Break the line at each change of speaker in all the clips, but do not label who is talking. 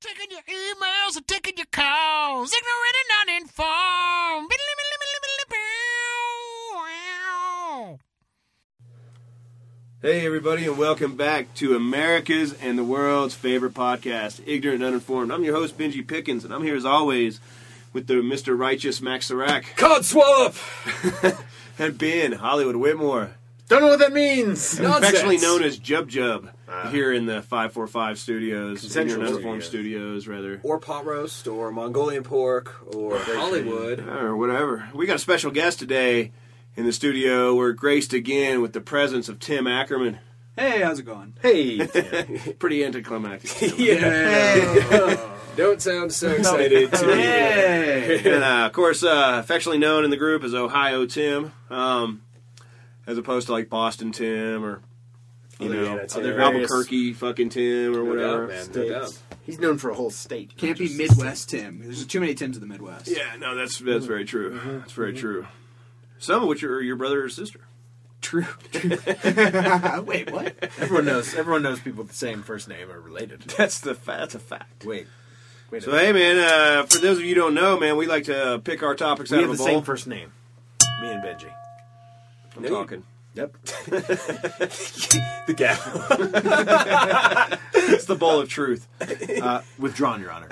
Taking your emails and taking your calls. Ignorant and uninformed.
Hey, everybody, and welcome back to America's and the world's favorite podcast, Ignorant and Uninformed. I'm your host, Benji Pickens, and I'm here as always with the Mr. Righteous Max Serac
Cod swap!
and Ben Hollywood Whitmore,
Don't know what that means.
No. Nonsense.
affectionately known as Jub Jub, here in the 545 studios,
Consensual
Ignorant and Uninformed
studios.
studios, rather.
Or pot roast, or Mongolian pork, or Hollywood.
or whatever. We got a special guest today in the studio. We're graced again with the presence of Tim Ackerman.
Hey, how's it going?
Hey,
Pretty anticlimactic.
Don't sound so excited to
Hey!
and uh, of course, uh, affectionately known in the group as Ohio Tim, um, as opposed to like Boston Tim or you
Other-
know
yeah, that's
other
hilarious.
Albuquerque fucking Tim or
No
whatever.
doubt, man. No doubt.
States. He's known for a whole state.
Can't be Midwest Tim. There's too many Tims in the Midwest.
yeah, no, that's that's very true. That's very true. Some of which are your brother or sister.
True. true. Wait, what?
Everyone knows. Everyone knows people with the same first name are related.
That's the fa- that's a fact.
Wait, wait.
So
a minute.
hey, man, uh, for those of you who don't know, man, we like to pick our topics
we
out
have
of
the
a bowl.
same first name. Me and Benji.
I'm
No, you-
talking.
Yep.
The gap.
It's the bowl of truth.
Uh, Withdrawn, Your Honor.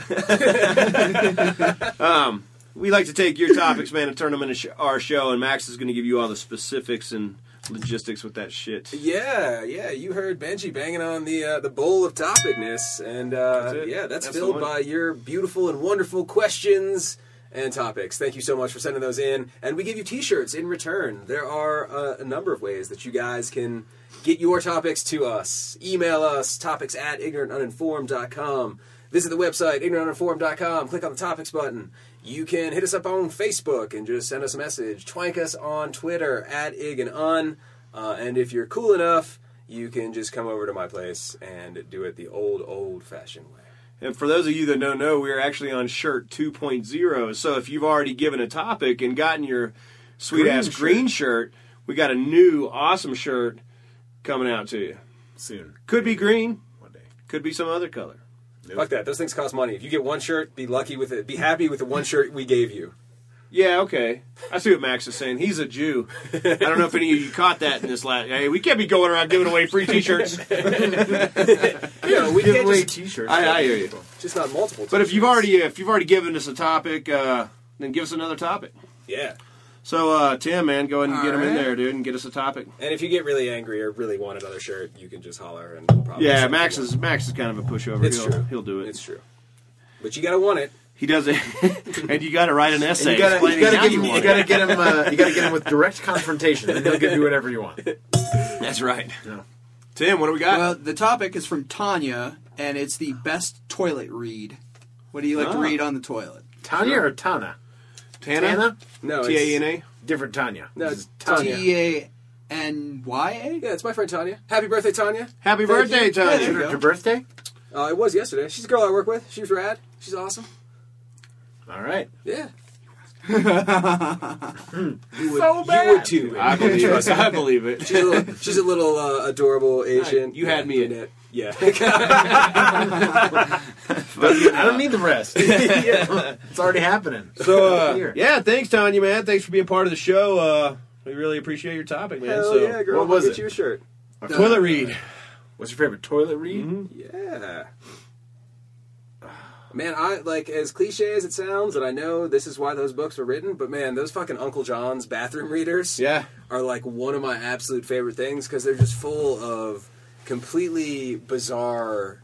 We like to take your topics, man, and turn them into sh- our show. And Max is going to give you all the specifics and logistics with that shit.
Yeah, yeah. You heard Benji banging on the uh, the bowl of topicness, and uh,
That's it.
yeah,
That's
that's,
the
filled
one.
by your beautiful and wonderful questions and topics. Thank you so much for sending those in, and we give you T-shirts in return. There are uh, a number of ways that you guys can get your topics to us. Email us topics at ignorantuninformed.com. Visit the website ignorantuninformed.com. Click on the topics button. You can hit us up on Facebook and just send us a message. Twank us on Twitter at ig and un. Uh, and if you're cool enough, you can just come over to my place and do it the old, old fashioned way.
And for those of you that don't know, we're actually on shirt 2.0. So if you've already given a topic and gotten your sweet ass green shirt, we got a new awesome shirt coming out to you.
Soon,
Could be green,
one day.
could be some other color.
Fuck that. Those things cost money. If you get one shirt, be lucky with it. Be happy with the one shirt we gave you.
Yeah, okay. I see what Max is saying. He's a Jew. I don't know if any of you caught that in this last. Hey, we can't be going around giving away free T-shirts.
No, we
Give
can't
away
just,
T-shirts.
I- I hear you.
just not multiple.
But if you've
t-shirts.
already if you've already given us a topic, uh, then give us another topic.
yeah.
So uh, Tim, man, go ahead and get him in
Alright.
there, dude, and get us a topic.
And if you get really angry or really want another shirt, you can just holler and we'll probably
Yeah,
send you
Max
one.
is Max is kind of a pushover.
It's
he'll,
true.
he'll do it.
It's true. But you gotta want it.
He does it, and you got to write an essay.
You gotta, you
explaining
gotta
how
give
you
him. You
want
gotta get him. Uh, you gotta get him with direct confrontation, and he'll give you whatever you want.
it. That's right.
No.
Tim, what do we got?
Well, the topic is from Tanya, and it's the best toilet read. What do you like
Ah.
to read on the toilet?
Tanya or Tana?
Tana, Oh,
No,
T A N
it's-
A.
Different Tanya.
No,
This is
Tanya.
T A N Y
Yeah, it's my friend Tanya. Happy birthday, Tanya.
Happy
Thank you.
birthday,
Yeah,
Tanya.
there you
Her
go.
birthday.
Uh, it was yesterday. She's a girl I work with. She was rad. She's awesome.
All right.
Yeah.
You would-
So
You would too.
I believe it. I believe it.
She's a little, she's a little uh, adorable Asian.
You had me in it.
Yeah.
I don't need the rest. It's already happening.
So, uh,
Here.
yeah, thanks, Tanya, man. Thanks for being part of the show. Uh, we really appreciate your topic, man.
Hell
so,
yeah, girl.
what was
I'll get
it?
you a shirt.
toilet read.
What's your favorite toilet read?
Mm-hmm.
Yeah. Man, I like as cliche as it sounds, and I know this is why those books were written. But man, those fucking Uncle John's bathroom readers,
Yeah.
are like one of my absolute favorite things because they're just full of completely bizarre,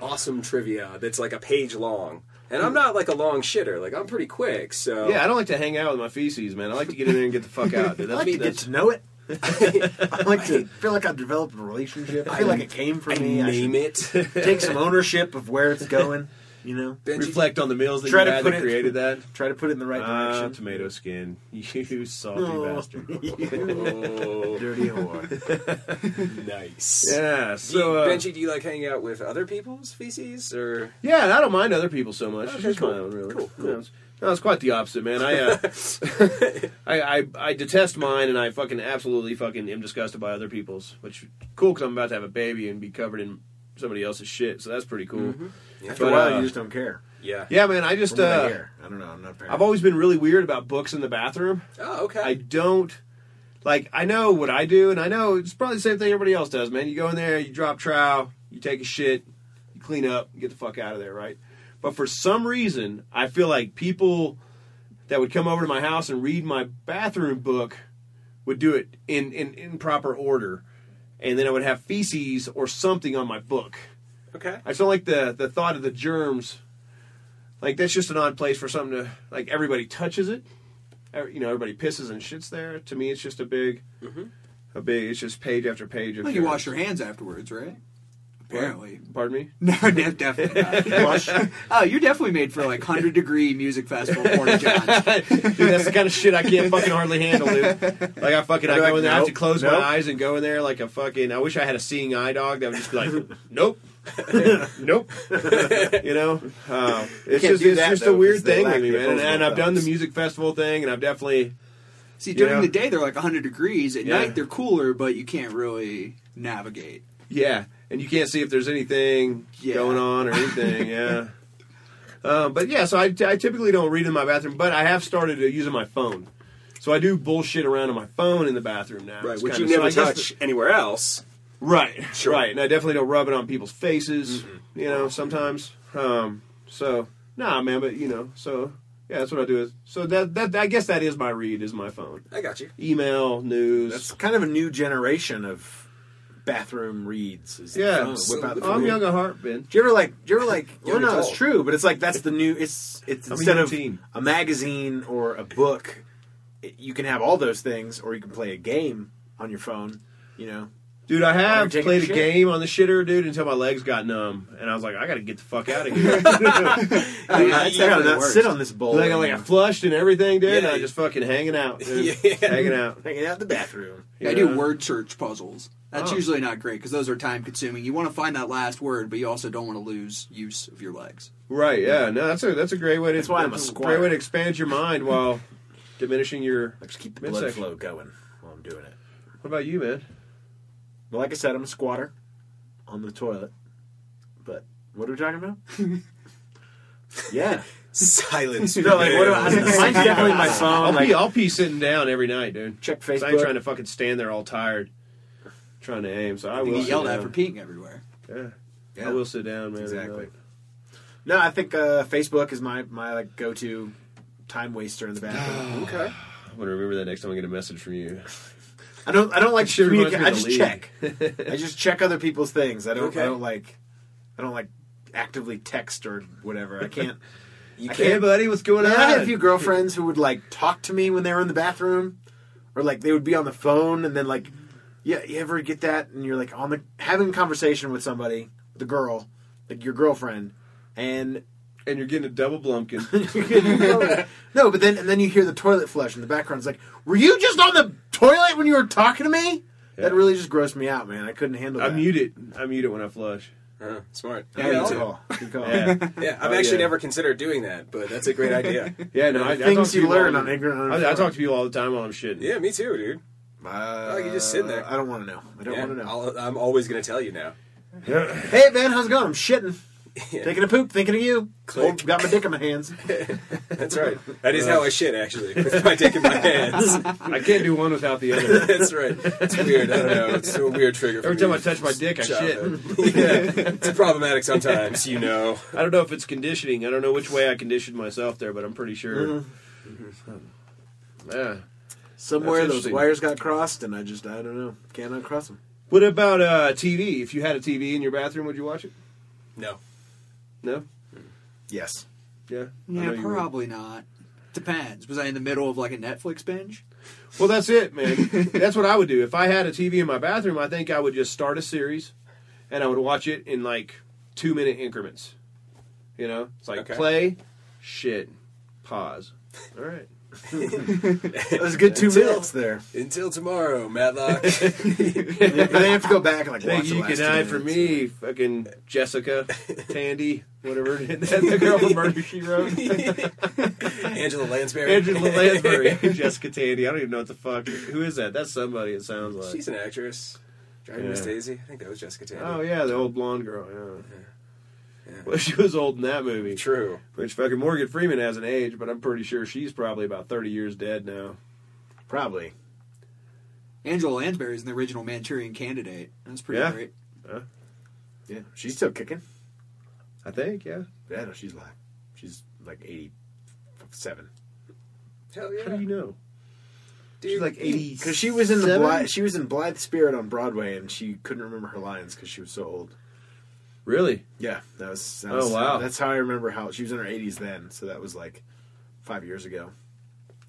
awesome trivia that's like a page long. And I'm not like a long shitter; like I'm pretty quick. So
Yeah, I don't like to hang out with my feces, man. I like to get in there and get the fuck out. Dude.
I
That's,
like to get
that's,
to know it. I like to feel like I've developed a relationship. I feel like it came from me. I
name
should
it.
take some ownership of where it's going. You know,
Benji,
reflect on the meals that
Try
you
to
had
put
that
it-
created that.
try to put it in the right
Ah,
direction.
tomato skin. You salty
Oh.
bastard.
oh,
Dirty whore.
nice.
Yeah.
Do you,
So uh,
Benji, do you like hang out with other people's feces or?
yeah, and I don't mind other people so much.
Oh, Okay,
It's just
cool.
my own, really.
Cool, cool.
Yeah, it's, no, it's quite the opposite, man. I, uh, I, I I detest mine, and I fucking absolutely fucking am disgusted by other people's. Which cool, because I'm about to have a baby and be covered in somebody else's shit. So that's pretty cool.
Mm-hmm.
After a
But,
while,
uh,
you just don't care.
Yeah.
Yeah, man. I just
From what I
uh,
hear. I don't know. I'm not. a parent.
I've always been really weird about books in the bathroom.
Oh, okay.
I don't like I know what I do and I know it's probably the same thing everybody else does, man. You go in there, you drop trowel, you take a shit, you clean up, you get the fuck out of there, right? But for some reason, I feel like people that would come over to my house and read my bathroom book would do it in in, in proper order. And then I would have feces or something on my book.
okay.
I just don't like the the thought of the germs. Like that's just an odd place for something to like. Everybody touches it. Every- You know, everybody pisses and shits there. To me, it's just a big,
Mm-hmm.
a big. It's just page after page of.
Well, you
germs.
wash your hands afterwards, right? Apparently.
Pardon me.
No, de- definitely not. oh, you're definitely made for like 100 degree music festival Porta Johns.
Dude, that's the kind of shit I can't fucking hardly handle, dude. Like I fucking, I go in there, I have to
Nope,
close my
nope.
eyes and go in there like a fucking. I wish I had a seeing eye dog that would just be like, nope, nope. you know, uh, it's
can't
just
do
it's
that,
just
though,
a weird
'cause they
thing
lack
with me,
the
man. And, and
opposable
I've done the
thumbs.
music festival thing, and I've definitely.
See, during
Yeah.
the day they're like 100 degrees. At
Yeah.
night they're cooler, but you can't really navigate.
Yeah, and you can't see if there's anything
Yeah.
going on or anything. yeah. Uh, but yeah, so I, I typically don't read in my bathroom, but I have started uh, using my phone. So I do bullshit around on my phone in the bathroom now.
Right,
It's
which you
kinda-
never
so I guess
touch anywhere else.
the- right,
Sure. Mm-hmm.
right. And I definitely don't rub it on people's faces, you know, sometimes. Um, so, nah, man, but you know, so yeah, that's what I do. Is, so that, that, I guess that is my read, is my phone.
I got you.
Email, news.
That's kind of a new generation of bathroom reads. Is the phone.
yeah,
Whip
so-
out the
I'm
phone.
young at heart, Ben.
Do you ever like? Do you ever like?
Young
Well, no, it's
adult.
true, but it's like that's the new. It's it's
I'm a
instead
young
of
teen.
a magazine or a book, it, you can have all those things, or you can play a game on your phone. You know,
Dude, I
While
have
you're taking
played
a
a
shit?
game on the shitter, dude, until my legs got numb, and I was like, I gotta get the fuck out of here. like,
Oh, yeah, that's
you gotta
definitely
not
worse.
sit on this bowl.
I, like I flushed and everything, dude. and
Yeah.
I just fucking hanging out, dude.
Yeah.
hanging out.
hanging out in the bathroom.
you
I do
know?
word search puzzles. That's
Oh.
usually not great because those are time consuming. You want to find that last word, but you also don't want to lose use of your legs.
Right? Yeah. No, that's a that's a great way to.
That's why I'm a squire.
great way to expand your mind while diminishing your.
Like just keep the blood
midsection.
flow going while I'm doing it.
What about you, man?
Well, like I said, I'm a squatter on the toilet. But what are we talking about? yeah.
Silence.
No, like what? do I, mine's definitely my phone.
I'll
like,
pee. I'll pee sitting down every night, dude.
Check
'Cause I ain't
Facebook.
trying to fucking stand there all tired, trying to aim. So I
You
will
get
sit
yelled at
down.
for peeing everywhere.
Yeah.
Yeah.
I will sit down, man. uh,
Exactly. No, I think uh, Facebook is my my like go to time waster in the bathroom.
Okay.
I'm gonna remember that next time I get a message from you.
I don't I don't like
Shit reminds
communicate.
me
I
of
just
the
check. I just check other people's things. I don't
Okay.
I don't like I don't like actively text or whatever. I can't.
You
I
Hey,
can't-
can't.
buddy, what's going
I
on?
had a few girlfriends who would like talk to me when they were in the bathroom, or like they would be on the phone and then like, yeah, you ever get that? And you're like on the having a conversation with somebody, the girl, like your girlfriend, and
and you're getting a double blumpkin.
no, but then and then you hear the toilet flush in the background. It's like, were you just on the toilet when you were talking to me? That
Yeah.
really just grossed me out, man. I couldn't handle
I
that.
mute it. I mute it when I flush.
Uh, smart.
Yeah,
Yeah,
me
Good
too.
call. Good call.
Yeah,
yeah, I've
Oh,
actually
yeah.
never considered doing that, but that's a great idea.
yeah. No, I, I
Things
talk to
you
people
learn
all-
on ignorant.
I, I talk to people all the time while I'm shitting.
yeah, me too, dude.
Uh,
you Oh, just sit there.
I don't want to know. I don't
Yeah,
want to know.
I'll, I'm always going to tell you now.
Yeah.
Hey, man, how's it going? I'm shitting.
Yeah.
Taking a poop, thinking of you.
Click.
Oh, got my dick in my hands.
That's right. That is how I shit, actually, with my dick in my hands.
I can't do one without the other.
That's right. It's weird. I don't know. It's a weird trigger. For
Every time
me.
I touch my dick, I shit.
Childhood. yeah, it's problematic sometimes, you know.
I don't know if it's conditioning. I don't know which way I conditioned myself there, but I'm pretty sure. Uh-huh. Yeah.
Somewhere
That's
those
interesting.
wires got crossed, and I just I don't know. Can't uncross them.
What about uh, TV? If you had a TV in your bathroom, would you watch it?
No.
No.
Yes.
Yeah. I know you
Yeah,
would.
probably not. Depends. Was I in the middle of like a Netflix binge?
Well, that's it, man. that's what I would do. If I had a TV in my bathroom, I think I would just start a series and I would watch it in like two minute increments. You know? It's like
Okay.
play, shit, pause. All right.
That was a good two
Until-
minutes there.
Until tomorrow, Matlock.
But they have to go back and like watch
Thank
the
you,
last
good
two
night for
minutes.
me, fucking Jessica, Tandy, whatever. That's the girl from Murder She Wrote.
Angela Lansbury.
Angela Lansbury, Jessica Tandy. I don't even know what the fuck. Who is that? That's somebody. It sounds like.
She's an actress. Driving Miss
Yeah.
Daisy. I think that was Jessica Tandy.
Oh yeah, the old blonde girl. Yeah. Well, she was old in that movie.
True.
Which fucking Morgan Freeman hasn't aged, but I'm pretty sure she's probably about 30 years dead now.
Probably.
Angela Lansbury is an original Manchurian candidate. That's pretty
Yeah.
great.
Yeah, she's still kicking.
I think, yeah.
Yeah, no, she's alive. She's like eighty-seven.
Hell
How do
yeah.
you know?
Dude,
She's like 80.
Because she was in the
Seven?
Blythe, she was in Blythe Spirit on Broadway, and she couldn't remember her lines because she was so old.
Really?
Yeah, that was. That
Oh,
was
wow.
That's how I remember how she was in her eighties then. So that was like five years ago.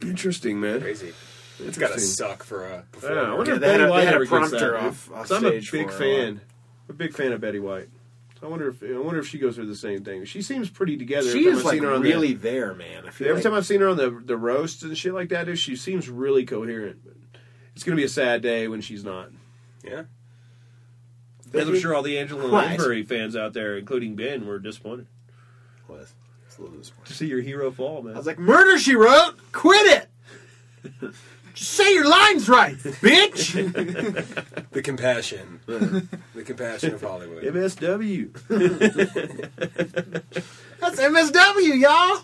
Interesting, man.
Crazy. It's
It's
gotta suck for a performer.
Yeah, I wonder
Yeah,
if
they had
Betty
a- they
White
had a
ever gets
prompter
that. dude.
off- off
So I'm a
stage
big
for her a lot.
fan. I'm a big fan of Betty White. So I wonder if I wonder if she goes through the same thing. She seems pretty together.
She
every time
is
I've
like
seen her on
really there, man. I
the,
feel
every
like-
time I've seen her on the the roasts and shit like that, dude, she seems really coherent. But it's gonna be a sad day when she's not.
Yeah.
As I'm sure all the Angela
Christ.
Lansbury fans out there, including Ben, were disappointed
was. It's a little disappointing.
to see your hero fall, man.
I was like, "Murder," she wrote. Quit it. Just say your lines right, bitch.
The compassion. the compassion of Hollywood.
MSW.
That's MSW,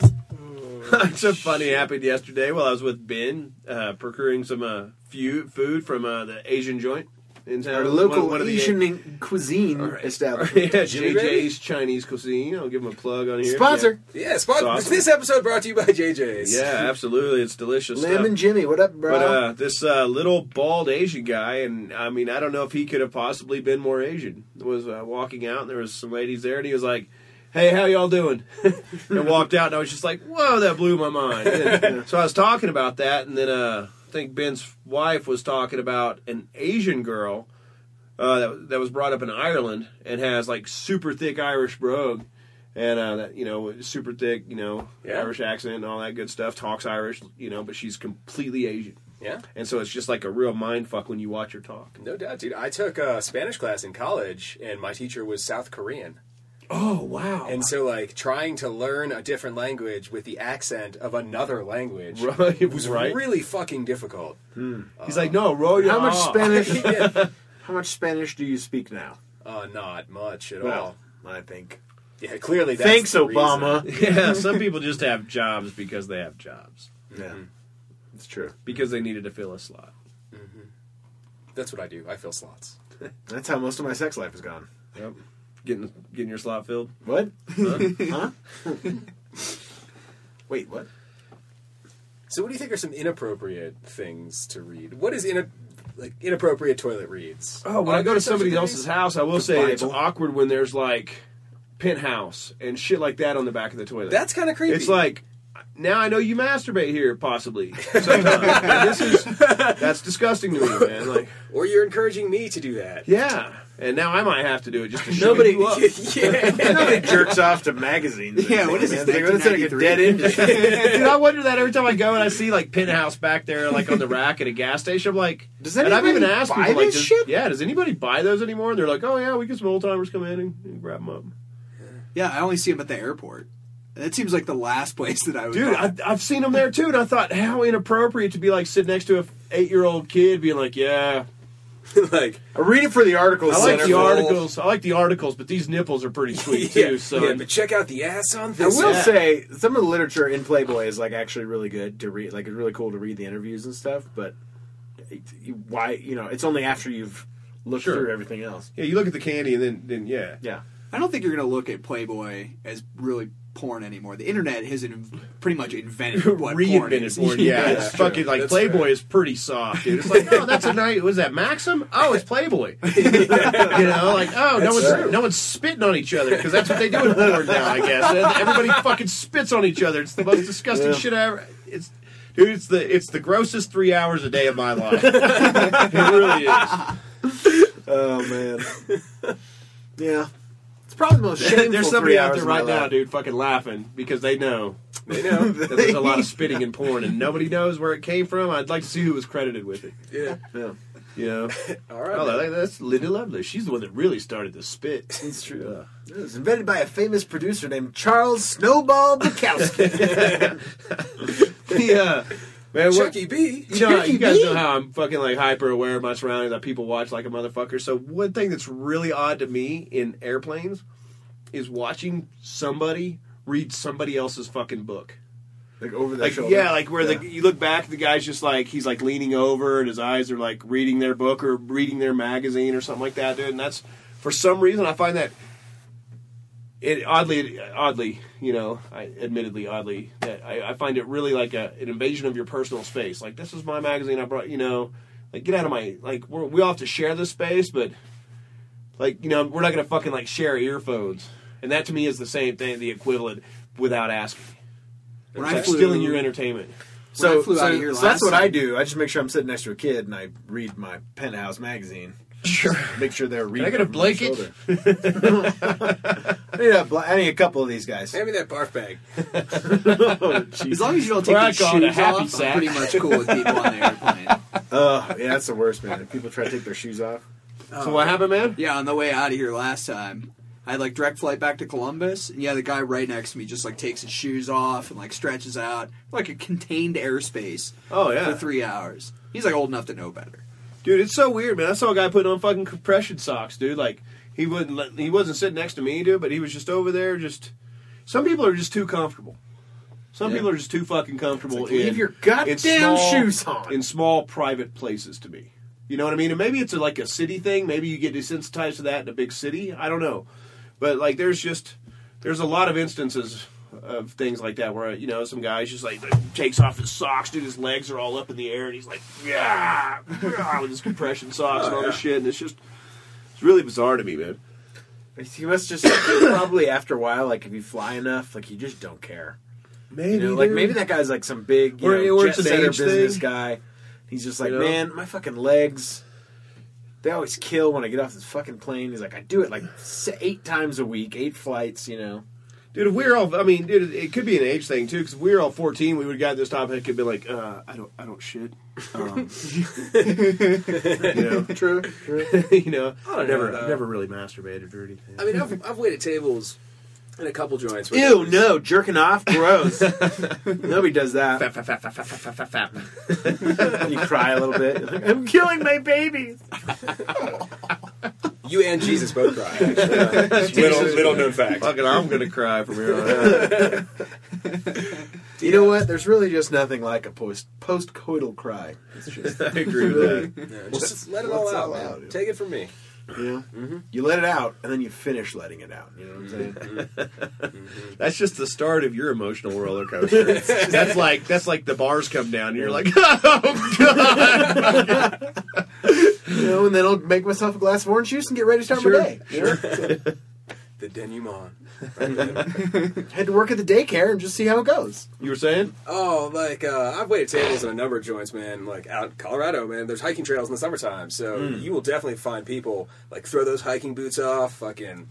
y'all.
Something funny happened yesterday while I was with Ben uh, procuring some uh, few, food from uh, the Asian joint in town.
Our local
One- one of the-
Asian cuisine
All right.
establishment.
yeah,
Jimmy
JJ's Chinese cuisine. I'll give him a plug on here.
Sponsor
Yeah, spot,
Sauce.
this episode brought to you by JJ's.
Yeah, yeah absolutely. It's delicious. stuff.
Lemon Jimmy. What up, bro?
But uh, this uh, little bald Asian guy, and I mean, I don't know if he could have possibly been more Asian. Was uh, walking out, and there was some ladies there, and he was like, "Hey, how y'all doing?" and walked out, and I was just like, "Whoa, that blew my mind." And so I was talking about that, and then uh, I think Ben's wife was talking about an Asian girl uh, that, that was brought up in Ireland and has like super thick Irish brogue. And uh, that you know, super thick, you know,
Yeah.
Irish accent and all that good stuff. Talks Irish, you know, but she's completely Asian.
Yeah.
And so it's just like a real mind fuck when you watch her talk.
No doubt, dude. I took a Spanish class in college, and my teacher was South Korean.
Oh wow!
And so, like, trying to learn a different language with the accent of another language
Right,
was
right.
really fucking difficult.
He's like, "No, roll your
how much
R."
Spanish?
yeah.
how much Spanish do you speak now?
Uh, not much at all.
I think.
Yeah, clearly that's
Thanks,
the reason.
Obama.
yeah, some people just have jobs because they have jobs
Yeah, it's true.
because they needed to fill a slot.
That's what I do. I fill slots.
That's how most of my sex life has gone.
Yep. Getting getting your slot filled.
What?
Huh?
Huh? Wait, what?
So, what do you think are some inappropriate things to read? What is ina- like inappropriate toilet reads? Uh,
Oh, when
Are
I go
there
to
such
somebody
things?
else's house, I will say it's
Bible.
awkward when there's like penthouse and shit like that on the back of the toilet.
That's kind of creepy.
It's like now I know you masturbate here, possibly. Sometimes. And this is that's disgusting to me, man. Like,
or you're encouraging me to do that.
yeah. And now I might have to do it just to shut
Nobody-
you up.
yeah.
Nobody jerks off to magazines.
Yeah, what is
It's
this,
like, it's like a
1993?
dead industry.
Dude, I wonder that every time I go and I see like penthouse back there, like on the rack at a gas station. I'm like,
Does
and I've even
anybody
asked
buy
people, like,
this
does-
shit?
yeah, does anybody buy those anymore? And they're like, oh yeah, we get some old timers come in and, and grab them up.
Yeah, I only see him at the airport. That seems like the last place that I would.
Dude,
go.
I, I've seen them there too, and I thought how inappropriate to be like sitting next to a eight year old kid, being like, yeah,
like
I read it for the article.
I like the
Centerfold.
articles. I like the articles, but these nipples are pretty sweet
yeah,
too. So
yeah, but check out the ass on
I
this.
will
Yeah.
say some of the literature in Playboy is like actually really good to read. Like it's really cool to read the interviews and stuff. But it, you- why? You know, it's only after you've looked
Sure.
through everything else.
yeah, you look at the candy, and then then yeah,
Yeah,
I don't think you're going to look at Playboy as really porn anymore. The internet has in, pretty much invented what porn
reinvented
is.
porn. Yeah, it's
true.
fucking like
That's
Playboy
fair.
is pretty soft, dude. It's like, oh, that's a nice. Was that Maxim? Oh, it's Playboy. you know, like oh, no one's
true.
no one's spitting on each other because that's what they do in porn now. I guess everybody fucking spits on each other. It's the most disgusting
Yeah.
shit I ever. It's dude. It's the it's the grossest three hours a day of my life. it really is.
Oh man. yeah. It's probably the most shameful.
There's somebody
three
out
hours
there
of my
right now,
life.
dude, fucking laughing because they know
They know.
that there's a lot of spitting in porn and nobody knows where it came from. I'd like to see who was credited with it.
yeah.
Yeah.
You know.
All right.
Oh,
man.
that- that's Linda Lovelace. She's the one that really started the spit. It's true.
It was invented by a famous producer named Charles Snowball Bukowski.
the uh, Man, what-
Chuck E. B.
you know,
Chucky
you guys
B.
know how I'm fucking like hyper aware of my surroundings. That people watch like a motherfucker. So one thing that's really odd to me in airplanes is watching somebody read somebody else's fucking book.
Like over their
Like
shoulder.
yeah, like where the you look back, the guy's just like he's like leaning over and his eyes are like reading their book or reading their magazine or something like that, dude. And that's for some reason I find that it oddly oddly you know I, admittedly oddly that I, I find it really like a, an invasion of your personal space like this is my magazine i brought you know like get out of my like we're, we all have to share this space but like you know we're not gonna fucking like share earphones and that to me is the same thing the equivalent without asking
When
it's
I
like
flew-
stealing your entertainment
When
So,
I flew
so,
out of here
so that's
last
what
time-
I do. I just make sure I'm sitting next to a kid and I read my penthouse magazine. Sure. Make sure they're reading.
I get a
over my
blanket?
shoulder. I, need a bla- I need a couple of these guys. Oh,
Hand me that barf bag.
As long as you don't take
Or I
your
call it a
shoes
happy
off,
sack.
I'm pretty much cool with people on the airplane.
Uh, yeah, that's the worst, man. If people try to take their shoes off.
so what happened man
Yeah, on the way out of here last time, I had like direct flight back to Columbus. And yeah, the guy right next to me just like takes his shoes off and like stretches out like a contained airspace
oh yeah
for three hours. He's like old enough to know better.
Dude, it's so weird, man. I saw a guy putting on fucking compression socks, dude. Like he wouldn't let, he wasn't sitting next to me, dude, but he was just over there just some people are just too comfortable. Some
Yeah.
people are just too fucking comfortable
It's like, leave
in-
your
in
goddamn
small-
shoes on.
in small private places to me. You know what I mean? And maybe it's a, like a city thing. Maybe you get desensitized to that in a big city. I don't know. But like there's just there's a lot of instances of things like that where you know some guy's just like takes off his socks, dude. His legs are all up in the air, and he's like, yeah, yeah," with his compression socks and all
Oh,
this shit, and it's just it's really bizarre to me, man.
You must just probably after a while, like if you fly enough, like you just don't care.
Maybe
You know, like maybe that guy's like some big, you
Or-
know,
or
jet
it's an
setter
age
business
thing.
guy. He's just like,
You know?
man, my fucking legs. They always kill when I get off this fucking plane. He's like, I do it like s- eight times a week, eight flights, you know.
dude. If we're all, I mean, dude, it could be an age thing too. Because if we were all fourteen, we would have got this topic and be like, uh, I don't, I don't shit. Um, you know,
True, true.
you know,
I don't
never,
know, though.
never really masturbated or anything.
I mean, I've, I've waited tables in a couple joints. where
Ew, no, jerking off, gross. Nobody does that. You cry a little bit. You're like, I'm killing my babies.
You and Jesus both cry. actually. uh,
little, little
known fact.
Fucking, I'm gonna cry from
Oh,
here on out.
You know what? There's really just nothing like a post post coital cry. It's just
I agree with that.
Yeah, just let it all
what's
out,
all
man.
out, yeah.
Take it from me.
you know,
Mm-hmm.
you let it out and then you finish letting it out. You know what I'm saying?
Mm-hmm. That's just the start of your emotional roller coaster. that's like that's like the bars come down and you're like, oh god.
you know, and then I'll make myself a glass of orange juice and get ready to start my day. Sure.
The denouement.
Head to work at the daycare and just see how it goes.
You were saying?
Oh, like uh, I've waited tables in a number of joints, man. Like out in Colorado, man, there's hiking trails in the summertime, so
Hmm.
you will definitely find people like throw those hiking boots off, fucking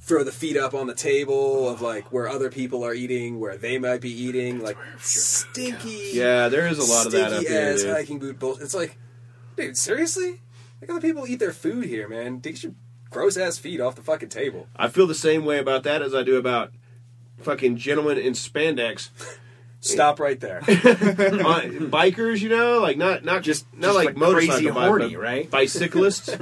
throw the feet up on the table of like where other people are eating, where they might be eating, like stinky.
Yeah, there is a lot of that up
stinky
there.
ass
dude.
hiking boot bull. It's like, dude, seriously? Like other people eat their food here, man. Take your gross ass feet off the fucking table.
I feel the same way about that as I do about fucking gentlemen in spandex,
Stop right there.
On- bikers. You know, like not not just not
just
like,
like
motorcycle
crazy
bikers,
horny,
but
right?
Bicyclists.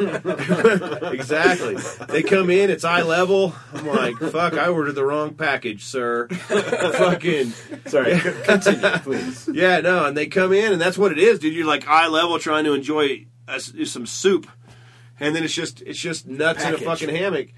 exactly. They come in. It's eye level. I'm like, fuck. I ordered the wrong package, sir. fucking.
Sorry, continue, please.
Yeah, no, and they come in, and that's what it is, dude. You're like eye level trying to enjoy uh, some soup, and then it's just it's just nuts in
Package.
a fucking hammock,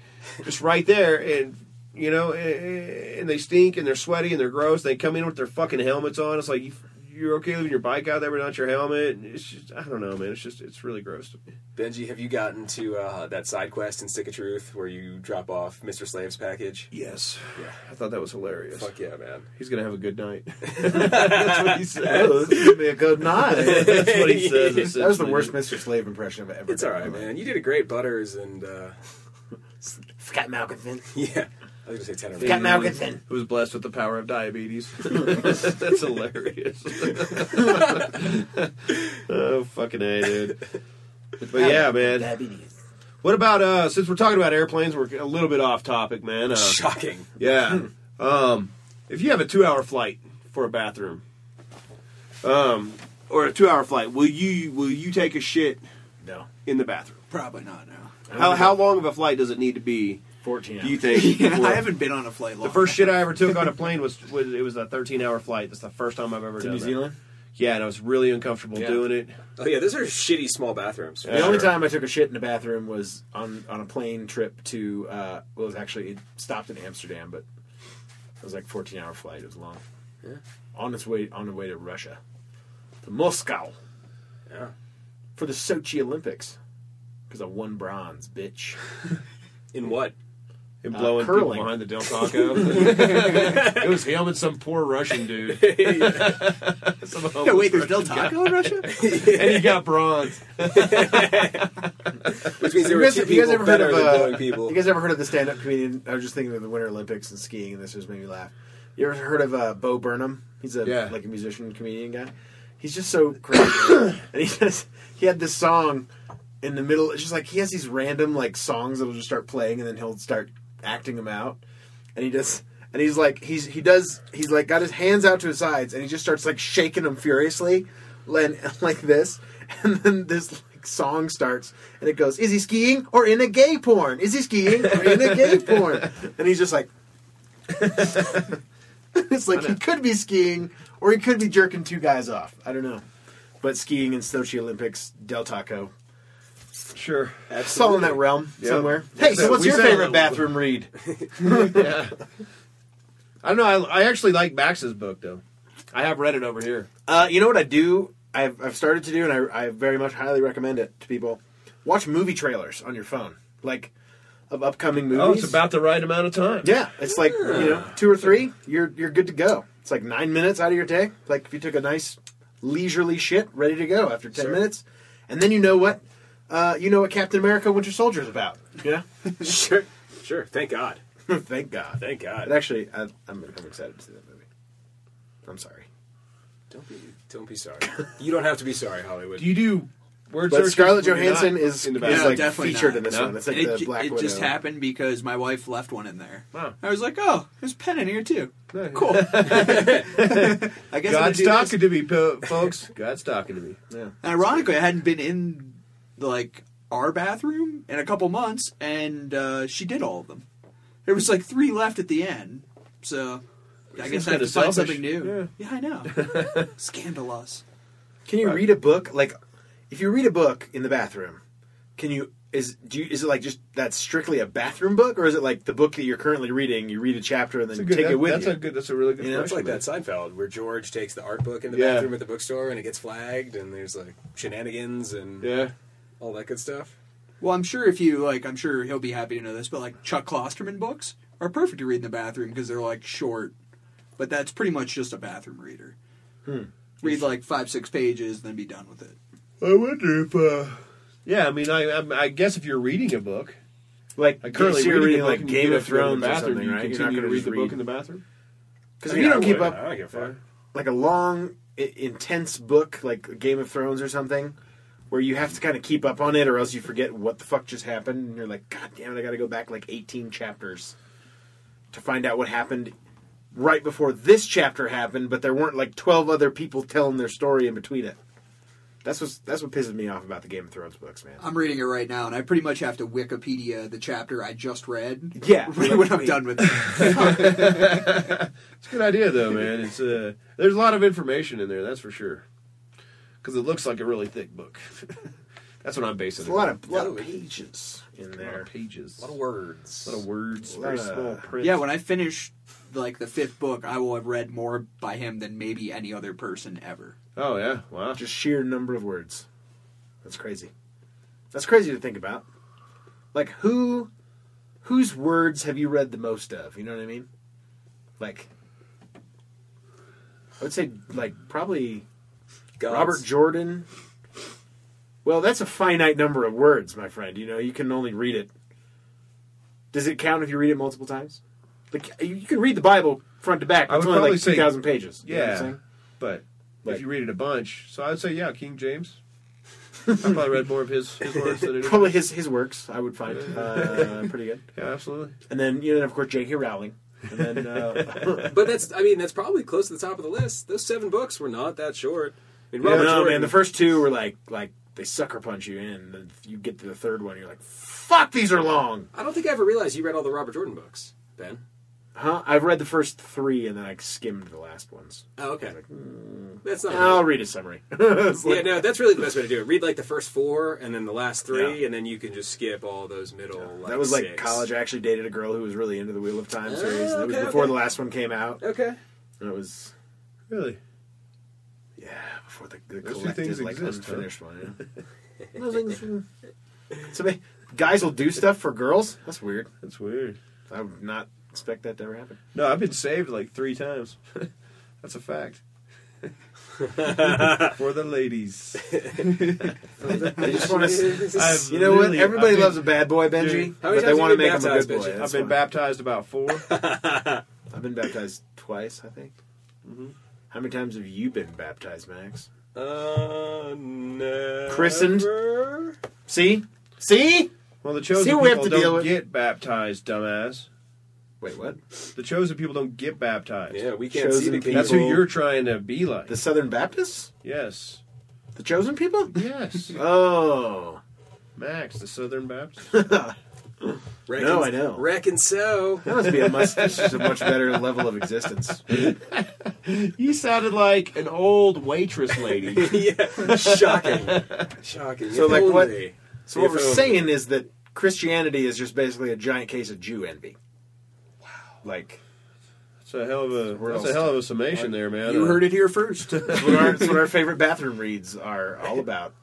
just right there, and you know, eh, and they stink and they're sweaty and they're gross. They come in with their fucking helmets on. It's like you, you're okay leaving your bike out there, but not your helmet. And it's just I don't know, man. It's just it's really gross to me.
Benji, have you gotten to uh, that side quest in Stick of Truth where you drop off Mr. Slave's package?
Yes, I thought that was hilarious.
Fuck yeah, man.
He's gonna have a good night. that's what he says.
Oh, this is gonna be a good night.
That's what he says.
That was the
essentially.
worst Mr. Slave impression I've ever
It's all right, man. You did a great Butters and uh,
Scott Malkinson.
yeah. I was gonna say tenor.
Scott Malkinson.
who was blessed with the power of diabetes. That's hilarious. oh fucking a, dude. But yeah, man.
Diabetes.
What about uh? Since we're talking about airplanes, we're a little bit off topic, man. Uh,
Shocking.
yeah. Um, if you have a two-hour flight for a bathroom, um, or a two hour flight, will you will you take a shit
No.
in the bathroom?
Probably not now.
How how long of a flight does it need to be?
14
Do you
hours.
think?
Yeah,
before-
I haven't been on a flight long.
The first shit I ever took on a plane was, was it was a 13 hour flight. That's the first time I've ever
to
done
New
that.
Zealand?
Yeah, and I was really uncomfortable
Yeah.
doing it.
Oh yeah, those are shitty small bathrooms.
Yeah.
The only
Sure.
time I took a shit in a bathroom was on, on a plane trip to, uh, well, it was actually, it stopped in Amsterdam, but it was like 14 hour flight. It was long. On its way, on the way to Russia. To Moscow.
Yeah.
For the Sochi Olympics. Because I won bronze, bitch.
In what?
And
Uh,
blowing people
curling.
behind the Del Taco. it was him and some poor Russian dude. some
Yeah,
homeless
wait,
Russian
there's Del
guy.
Taco in Russia?
And he got bronze.
Which means there
you
were
guys,
two
have you guys
people
ever heard
better
of
than
uh,
blowing people.
You guys ever heard of the stand-up comedian? I was just thinking of the Winter Olympics and skiing, and this just made me laugh. You ever heard of uh, Bo Burnham? He's a
Yeah.
like a musician comedian guy. He's just so crazy, and he just he had this song in the middle. It's just like he has these random like songs that'll just start playing, and then he'll start acting them out, and he just. And he's like, he's he does, he's like got his hands out to his sides, and he just starts like shaking them furiously, like, like this. And then this like song starts, and it goes, "Is he skiing or in a gay porn? Is he skiing or in a gay porn?" And he's just like, it's like he could be skiing or he could be jerking two guys off. I don't know, but skiing in Sochi Olympics, Del Taco,
Sure.
it's all in that realm
Yeah.
somewhere.
Yeah,
Hey, so
so
what's
we
your
say-
favorite bathroom read?
Yeah. I don't know. I, I actually like Max's book, though. I have read it over here.
Uh, you know what I do? I've, I've started to do, and I, I very much highly recommend it to people. Watch movie trailers on your phone, like of upcoming movies.
Oh, it's about the right amount of time.
Yeah, it's like you know, two or three, you're you're good to go. It's like nine minutes out of your day. Like if you took a nice leisurely shit, ready to go after ten minutes, and then you know what, uh, you know what Captain America: Winter Soldier is about. Yeah,
sure, sure. Thank God.
thank God.
Thank
But
God.
actually, I, I'm I'm excited to see that movie. I'm sorry,
Don't be, don't be sorry. You don't have to be sorry, Hollywood.
Do you do word
but
searches
Scarlett
when you're not
Johansson is,
in the
is
No,
bathroom?
like
definitely
featured
not.
in this
No?
one. It's like
it,
the
ju-
Black
it
Widow.
just happened because my wife left one in there.
Wow.
I was like, oh, there's a pen in here too.
Yeah.
Cool. I guess I'll
God's
do this.
talking to me, po- folks. God's talking to me.
Yeah.
And ironically, I hadn't been in like our bathroom in a couple months, and uh, she did all of them. There was like three left at the end, so I guess I have
kinda
to find
selfish.
something new. Yeah, I know. Scandalous.
Can you read a book like if you read a book in the bathroom? Can you is do you, is it like just that's strictly a bathroom book or is it like the book that you're currently reading? You read a chapter and then you take it with
that's
you.
a good. That's a really good.
You know,
It's
question,
like
man.
that Seinfeld where George takes the art book in the
Yeah.
bathroom at the bookstore and it gets flagged and there's like shenanigans and
Yeah.
all that good stuff.
Well, I'm sure if you like, I'm sure he'll be happy to know this, but like Chuck Klosterman books are perfect to read in the bathroom because they're like short, but that's pretty much just a bathroom reader.
Hmm.
Read like five, six pages, then be done with it.
I wonder if. Uh... Yeah, I mean, I, I, I guess if you're reading a book,
like
like currently
so you're
reading,
reading
a book
like
and you
Game
get
of
up to go in
Thrones
the
or
bathroom,
something,
you
right? You're not
continue
going
to read the book in the bathroom.
because
I
if
mean,
you
I
don't keep
would.
up
I don't give a fuck.
like a long I- intense book like Game of Thrones or something where you have to kind of keep up on it or else you forget what the fuck just happened and you're like god damn it I got to go back like 18 chapters to find out what happened right before this chapter happened but there weren't like 12 other people telling their story in between it. That's what that's what pisses me off about the Game of Thrones books, man.
I'm reading it right now, and I pretty much have to Wikipedia the chapter I just read.
Yeah,
right when I'm done with it.
It's a good idea though, man. It's uh, there's a lot of information in there, that's for sure. Because it looks like a really thick book. that's what I'm basing
There's
it.
a lot of,
on.
lot of pages in
a lot
there.
of pages,
A lot of words.
a lot of words,
Lot
very
of-
small print.
yeah, when I finish like the fifth book, I will have read more by him than maybe any other person ever.
oh yeah, wow.
just sheer number of words. That's crazy. That's crazy to think about. Like who whose words have you read the most of? You know what I mean? Like I would say like probably
Gods.
Robert Jordan. Well, that's a finite number of words, my friend. You know, you can only read it. Does it count if you read it multiple times? Like you you can read the Bible front to back.
I
It's
would
only
probably
like
say-
two thousand pages. You know what I'm
Yeah,
saying?
but
Like-
if you read it a bunch, so I would say yeah, King James. I probably read more of his his words than anyone.
probably his his works. I would find uh, pretty good.
Yeah, absolutely.
And then, you know, of course, J.K. Rowling. And then, uh,
But that's, I mean, that's probably close to the top of the list. Those seven books were not that short. mean,
No,
Robert
no,
Jordan,
man. The first two were like like they sucker punch you in. Then you get to the third one, you're like, fuck, these are long.
I don't think I ever realized you read all the Robert Jordan books, Ben.
Huh? I've read the first three and then I skimmed the last ones.
Oh, okay. That's not.
I'll read a summary. It's
yeah,
like-
no, that's really the best way to do it. Read like the first four, and then the last three,
Yeah.
and then you can just skip all those middle. like,
that was like
six.
college. I actually dated a girl who was really into the Wheel of Time
Oh,
series. That was
okay,
before
okay.
the last one came out.
Okay.
And it was
Really?
yeah before the, the
Those two
collected
things
like
exist, huh?
unfinished one. Yeah. Those things- so they- guys will do stuff for girls. That's weird.
That's weird.
I would not expect that to ever happen.
No, I've been saved like three times. That's a fact. For the ladies.
I just want to.
I've
You know what?
literally-
Everybody
I've been-
loves a bad boy, Benji,
Dude,
how many times
but they
have
want
you been
to make him a
baptized,
good boy.
Benji?
That's
I've been
why.
baptized about four.
I've been baptized twice, I think.
Mm-hmm.
How many times have you been baptized, Max?
Uh, no.
Christened? See, see?
Well, the chosen
See
people
what we have to
don't
deal with?
get baptized, dumbass.
Wait, what?
The chosen people don't get baptized.
Yeah, we can't
Chosen
see the
people.
That's
people.
who you're trying to be like.
The Southern Baptists,
Yes.
the chosen people?
Yes.
Oh,
Max, the Southern Baptist.
Reckon-
No, I know.
Reckon so.
that must be a much, that's just a much better level of existence.
You sounded like an old waitress lady.
yeah. Shocking. Shocking.
So,
If
like, what-
only.
So what we're
If only.
saying is that Christianity is just basically a giant case of Jew envy. Wow. Like
That's a hell of a
Where
that's
else?
a hell of a summation there, man.
You heard it here first.
that's what, our, that's what our favorite bathroom reads are all about.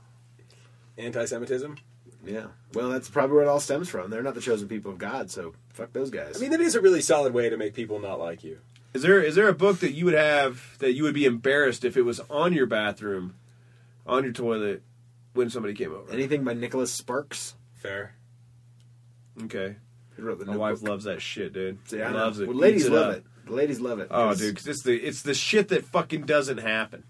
Anti-Semitism.
Yeah. Well, that's probably where it all stems from. They're not the chosen people of God, so fuck those guys.
I mean, that is a really solid way to make people not like you.
Is there is there a book that you would have that you would be embarrassed if it was on your bathroom, on your toilet, when somebody came over?
anything by Nicholas Sparks.
Fair.
Okay,
He wrote the
my
Notebook.
wife loves that shit, dude.
Yeah, I know.
loves it.
Well,
Eats
ladies love
up.
it. The ladies love it.
Oh,
'cause
dude, 'cause it's the it's the shit that fucking doesn't happen.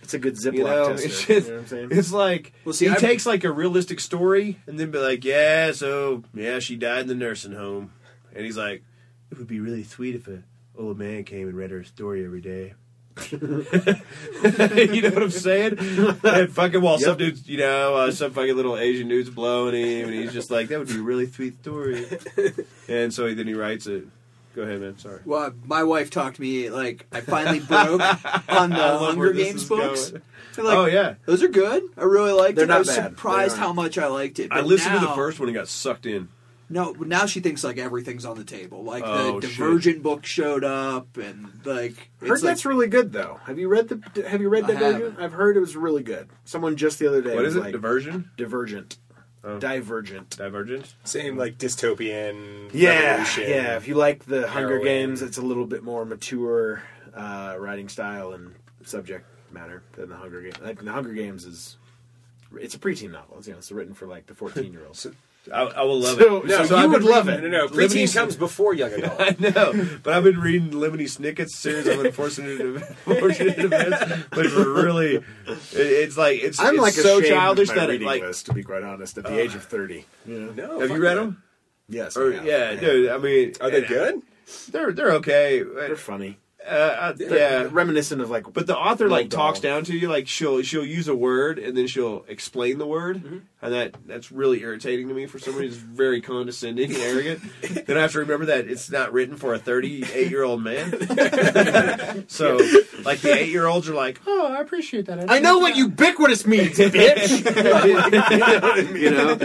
it's a good Ziploc
You know,
tester.
it's,
you
just,
know what I'm saying?
it's like
Well, see,
he
I've-
takes like a realistic story and then be like, yeah, so yeah, she died in the nursing home, and he's like, it would be really sweet if a old man came and read her story every day. you know what I'm saying? And fucking while some dudes, you know, uh, some fucking little Asian dude's blowing him, and he's just like, that would be a really sweet story. and so then he writes it. Go ahead, man. Sorry.
Well, my wife talked me like I finally broke on the
love where
Hunger
this
Games
is
books.
going.
They're like,
oh yeah.
those are good. I really liked
They're
it.
not
I was
bad. They
surprised
aren't.
how much I liked it.
I
But
listened to the
now-
first one and got sucked in.
No, but now she thinks like everything's on the table. Like
Oh,
the
shit.
Divergent book showed up, and like
Heard
it's like,
that's really good though. Have you read the? Have you read
I
that?
haven't.
Divergent? I've heard it was really good. Someone just the other day.
What
was
is it?
Like,
Diversion?
Divergent.
Oh.
Divergent.
Divergent?
Same like dystopian.
Yeah,
revolution.
yeah. If you like the Hunger
Heroin.
Games, it's a little bit more mature uh, writing style and subject matter than the Hunger Games. Like the Hunger Games is, it's a preteen novel. It's, you know, it's written for like the fourteen year olds.
I, I will love
So-
it.
no, you
I've
would
been
love
reading-
No, no, no.
Lemony
Preteen comes before young adult.
I know, but I've been reading Lemony Snicket's series of unfortunate, ev- unfortunate events, but it's really, it- it's like it's,
I'm
it's
like
so
ashamed of
childish
my
that it
reading
like.
list, to be quite honest, at the age of thirty. You know?
No.
Have
fuck
you read
that.
them?
Yes.
Or,
I have.
Oh, yeah,
I have.
dude. I mean,
Are they
yeah,
good?
They're they're okay.
They're
Uh,
funny.
uh, yeah,
Reminiscent of like,
but the author like
Little
talks
dog.
down to you. Like she'll she'll use a word and then she'll explain the word, and that that's really irritating to me for somebody who's very condescending and arrogant. then I have to remember that it's not written for a thirty eight year old man. so like the eight year olds are like, oh, I appreciate that.
I know what ubiquitous means, bitch.
you know, and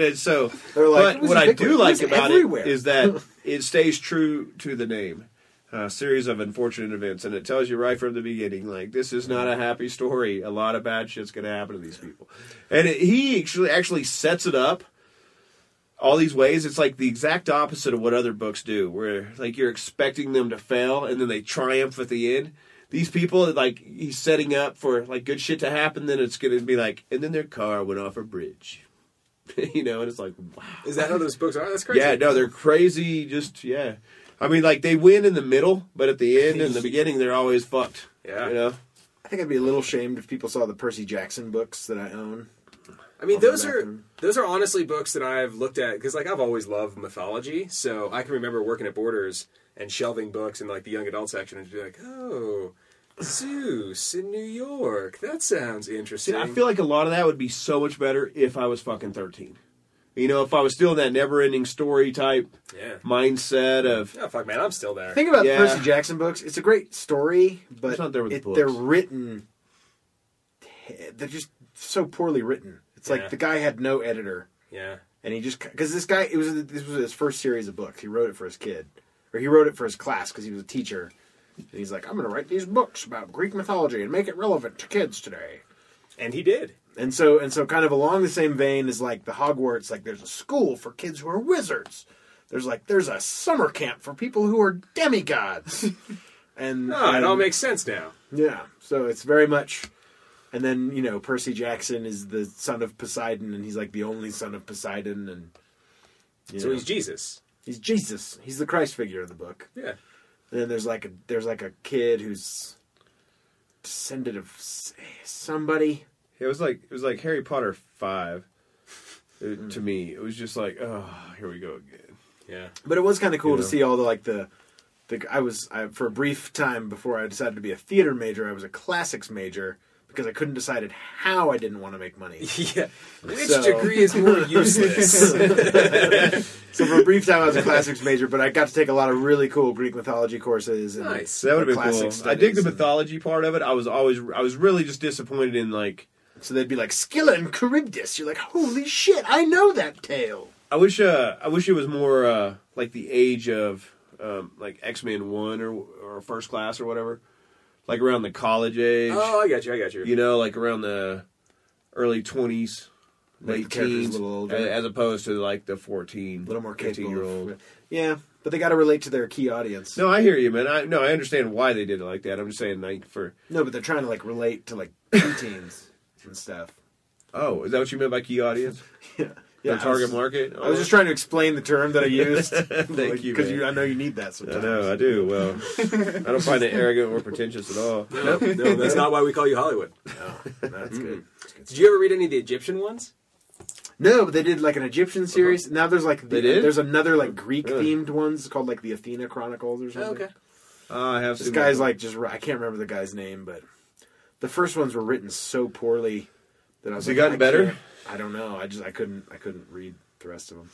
it's so.
They're like, it
but
was
what I
ubiquitous.
do
It
like
was
about
everywhere.
it is that it stays true to the name. A series of unfortunate events, and it tells you right from the beginning, like this is not a happy story. A lot of bad shit's going to happen to these people, and it, he actually actually sets it up all these ways. It's like the exact opposite of what other books do, where like you're expecting them to fail and then they triumph at the end. These people, like he's setting up for like good shit to happen, then it's gonna be like, and then their car went off a bridge, you know, and it's like, wow,
Is that how those books are? That's crazy.
yeah, no, they're crazy. Just yeah, I mean, like they win in the middle, but at the end and the beginning, they're always fucked.
Yeah.
you know,
I think I'd be a little ashamed if people saw the Percy Jackson books that I own.
I mean,
I'll go
those
back
are
and-
those are honestly books that I've looked at because, like, I've always loved mythology. So I can remember working at Borders and shelving books in like the young adult section and just be like, oh, Zeus in New York. That sounds interesting.
I feel like a lot of that would be so much better if I was fucking 13. You know, if I was still in that never ending story type
Yeah.
mindset of.
Oh fuck, man, I'm still there.
Think about
Yeah.
the Percy Jackson books. It's a great story, but
It's not there with
it-
the
they're
books.
written. They're just so poorly written. It's
Yeah.
like the guy had no editor,
Yeah.
and he just because this guy it was this was his first series of books. He wrote it for his kid, or he wrote it for his class because he was a teacher, and he's like, I'm going to write these books about Greek mythology and make it relevant to kids today.
And he did.
And so and so kind of along the same vein is like the Hogwarts, like there's a school for kids who are wizards. There's like there's a summer camp for people who are demigods. and
Oh, it
and-
all makes sense now.
Yeah. So it's very much and then, you know, Percy Jackson is the son of Poseidon and he's like the only son of Poseidon and you
So
know,
he's Jesus.
he's Jesus. He's the Christ figure of the book.
Yeah.
And then there's like a there's like a kid who's descended of s- somebody.
It was like it was like Harry Potter five.
Hmm.
It- to me, it was just like, oh, here we go again.
Yeah.
But it was kind of cool
You
to
know?
see all the like the, the I was I, for a brief time before I decided to be a theater major. I was a classics major because I couldn't decide how I didn't want to make money.
Yeah. Which
So-
degree is more useless?
so for a brief time, I was a classics major, but I got to take a lot of really cool Greek mythology courses. And
Nice.
So that would have been
classic
cool. I
studies
dig the
and-
mythology part of it. I was always I was really just disappointed in like
So they'd be like Scylla and Charybdis. You're like, holy shit, I know that tale.
I wish uh I wish it was more uh like the age of um like X Men one or or first class or whatever, like around the college age.
oh, I got you. I got you.
you know, like around the early twenties,
Make
late
the characters a
teens,
little older.
a- as opposed to like the fourteen,
A little more
15
capable.
year old.
of- yeah, but they got to relate to their key audience.
No, I hear you, man. I no, I understand why they did it like that. I'm just saying, like for
no, but they're trying to like relate to like preteens and stuff.
oh, is that what you meant by key audience?
Yeah,
Yeah,
I
target
was-
market.
I was just trying to explain the term that I used. Thank
you,
because
man.
I know you need that
Oh, I
sometimes.
know, I do. Well, I don't find it arrogant or pretentious at all.
No, no, that's not why we call you Hollywood.
That's good.
Mm-hmm.
Did you ever read any of the Egyptian ones?
No, but they did like an Egyptian series. Now there's like the,
Uh-huh. They did?
there's another like Greek
Really? Oh,
themed ones called like the Athena Chronicles or something.
Ah, I have
This
seen
guy's
that.
like just I can't remember the guy's name, but the first ones were written so poorly that I
Has
was
he
like,
gotten
I
better?
can't- I don't know. I just I couldn't I couldn't read the rest of them.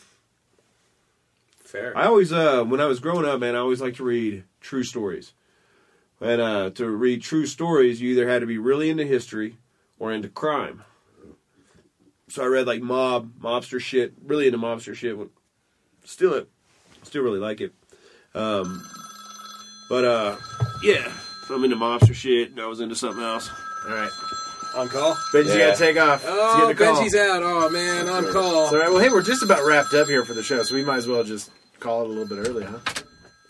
Fair.
I always, uh, when I was growing up, man, I always liked to read true stories. And uh, to read true stories, you either had to be really into history or into crime. So I read like mob, mobster shit, really into mobster shit. Still, it, still really like it. Um, but uh, yeah, I'm into mobster shit. and I was into something else.
All right,
On call.
Benji, you
Yeah.
gotta take off.
Oh,
Let's get a call.
Benji's out. Oh man, on call.
All right. Well, hey, we're just about wrapped up here for the show, so we might as well just call it a little bit early, huh?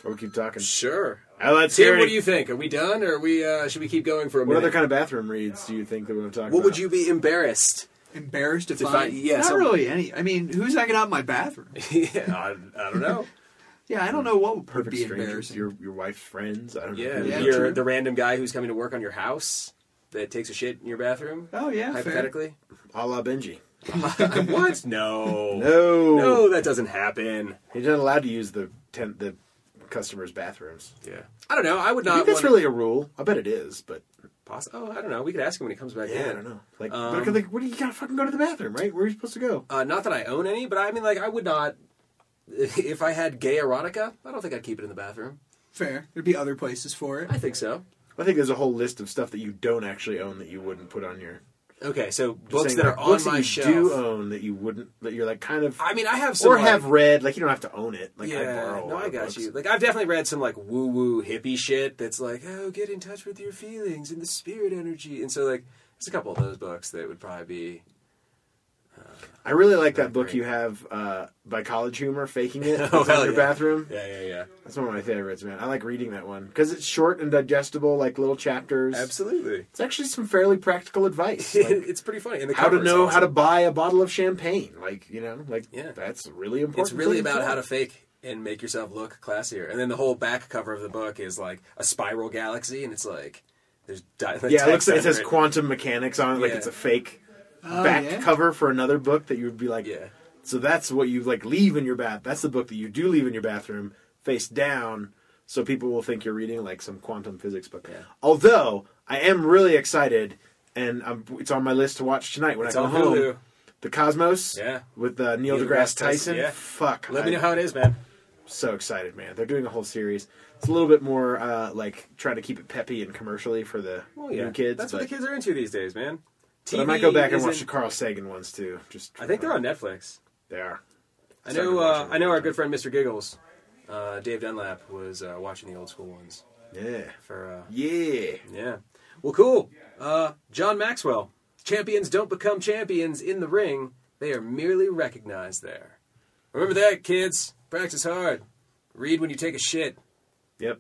Or we keep talking.
Sure.
Uh, let's hear
Tim,
it.
what do you think? Are we done, or are we? Uh, should we keep going for a
What
minute?
other kind of Uh, bathroom reads do you think that we want to talk about?
what would you be embarrassed?
Embarrassed if
If I-
I,
yeah,
not
some-
really any. I mean, who's hanging out in my bathroom?
yeah, I, I don't know.
Yeah, I don't know what would
perfect
be
strangers?
embarrassing.
Your your wife's friends? I don't
Yeah,
know.
Yeah,
you're
true.
the random guy who's coming to work on your house that takes a shit in your bathroom.
Oh yeah, fair.
hypothetically.
A la Benji.
what? No.
No,
No, that doesn't happen.
he's not allowed to use the tent the customers' bathrooms.
Yeah. I don't know. I would
I
not.
think that's
wanna-
really a rule. I bet it is, but
Poss- oh, I don't know. We could ask him when he comes back
yeah,
in.
I don't know. Like,
Um,
like, like, what do you gotta fucking go to the bathroom, right? Where are you supposed to go?
Uh, not that I own any, but I mean, like, I would not. If I had gay erotica, I don't think I'd keep it in the bathroom.
Fair. There'd be other places for it.
I think so.
I think there's a whole list of stuff that you don't actually own that you wouldn't put on your
Okay, so
just
books
saying,
that are
like, books
on my
that you
shelf.
do own that you wouldn't that you're like kind of
I mean, I have some.
or
like-
have read. Like you don't have to own it. Like
yeah,
I borrow. a
no,
lot
I
of
got
books.
you. Like, I've definitely read some like woo woo hippie shit that's like, oh, get in touch with your feelings and the spirit energy, and so like, there's a couple of those books that would probably be.
I really like that book
great.
you have uh, by College Humor, faking it.
Oh,
It's
hell
in your
yeah.
bathroom.
Yeah, yeah, yeah.
That's one of my favorites, man. I like reading that one because it's short and digestible, like little chapters.
Absolutely,
It's actually some fairly practical advice, like
it's pretty funny. And the
how to
cover's
know how to
awesome.
buy a bottle of champagne. Like you know, like
Yeah.
that's really important.
It's really
thing to
about
know.
how to fake and make yourself look classier. And then the whole back cover of the book is like a spiral galaxy, and it's like there's di- the
Yeah, it looks
text
like it
under
says quantum mechanics on it, like
Yeah.
it's a fake
Oh,
back
yeah?
cover for another book that you would be like,
Yeah.
So that's what you like leave in your bath. That's the book that you do leave in your bathroom face down. so people will think you're reading like some quantum physics book.
Yeah.
Although I am really excited, and I'm, it's on my list to watch tonight when
It's
I go
on
home.
Hulu.
The Cosmos,
Yeah.
with uh, Neil,
Neil
deGrasse
deGrasse Tyson,
Tyson.
yeah.
Fuck,
Let me
I'm
know how it is, man.
so excited, man. They're doing a whole series. It's a little bit more uh, like trying to keep it peppy and commercially for the new kids.
That's
but,
what the kids are into these days, man.
but I might go back and
isn't-
watch the Carl Sagan ones too. Just
I think they're on Netflix.
They are.
I
Started
know. Uh,
watching
I know
them.
our good friend Mr. Giggles, uh, Dave Dunlap, was uh, watching the old school ones
Yeah.
for. Uh,
Yeah.
yeah. Well, cool. Uh, John Maxwell. Champions don't become champions in the ring; they are merely recognized there. Remember that, kids. Practice hard. Read when you take a shit.
Yep.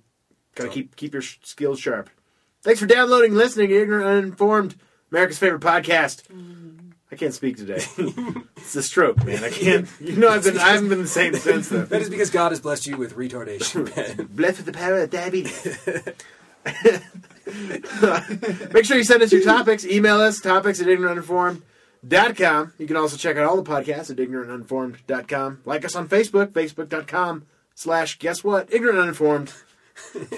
Gotta keep keep your sh- skills sharp. Thanks for downloading, listening, to ignorant, uninformed, America's favorite podcast. I can't speak today. it's a stroke, man. I can't. You know, I've been I haven't been the same since then.
That is because God has blessed you with retardation, man.
Blessed with the power of diabetes. Make sure you send us your topics. Email us topics at ignorantuninformed.com. You can also check out all the podcasts at ignorantuninformed.com. Like us on Facebook, facebook.com slash guess what? Ignorant Uninformed.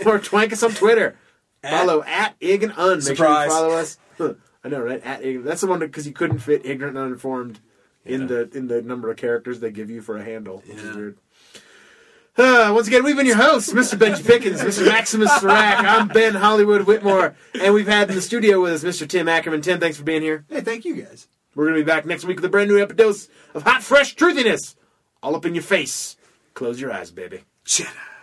or twank us on Twitter. follow at ig and un. Make
Surprise.
sure you follow us. Huh, I know, right? At ig. That's the one because you couldn't fit ignorant and uninformed in the in the number of characters they give you for a handle, which is
Yeah.
weird. Uh, once again, we've been your hosts, Mr. Benji Pickens, Mr. Maximus Serac. I'm Ben Hollywood Whitmore, and we've had in the studio with us Mr. Tim Ackerman. Tim, thanks for being here.
Hey, thank you guys.
We're going to be back next week with a brand new epidose of hot, fresh truthiness, all up in your face. Close your eyes, baby.
Jedi.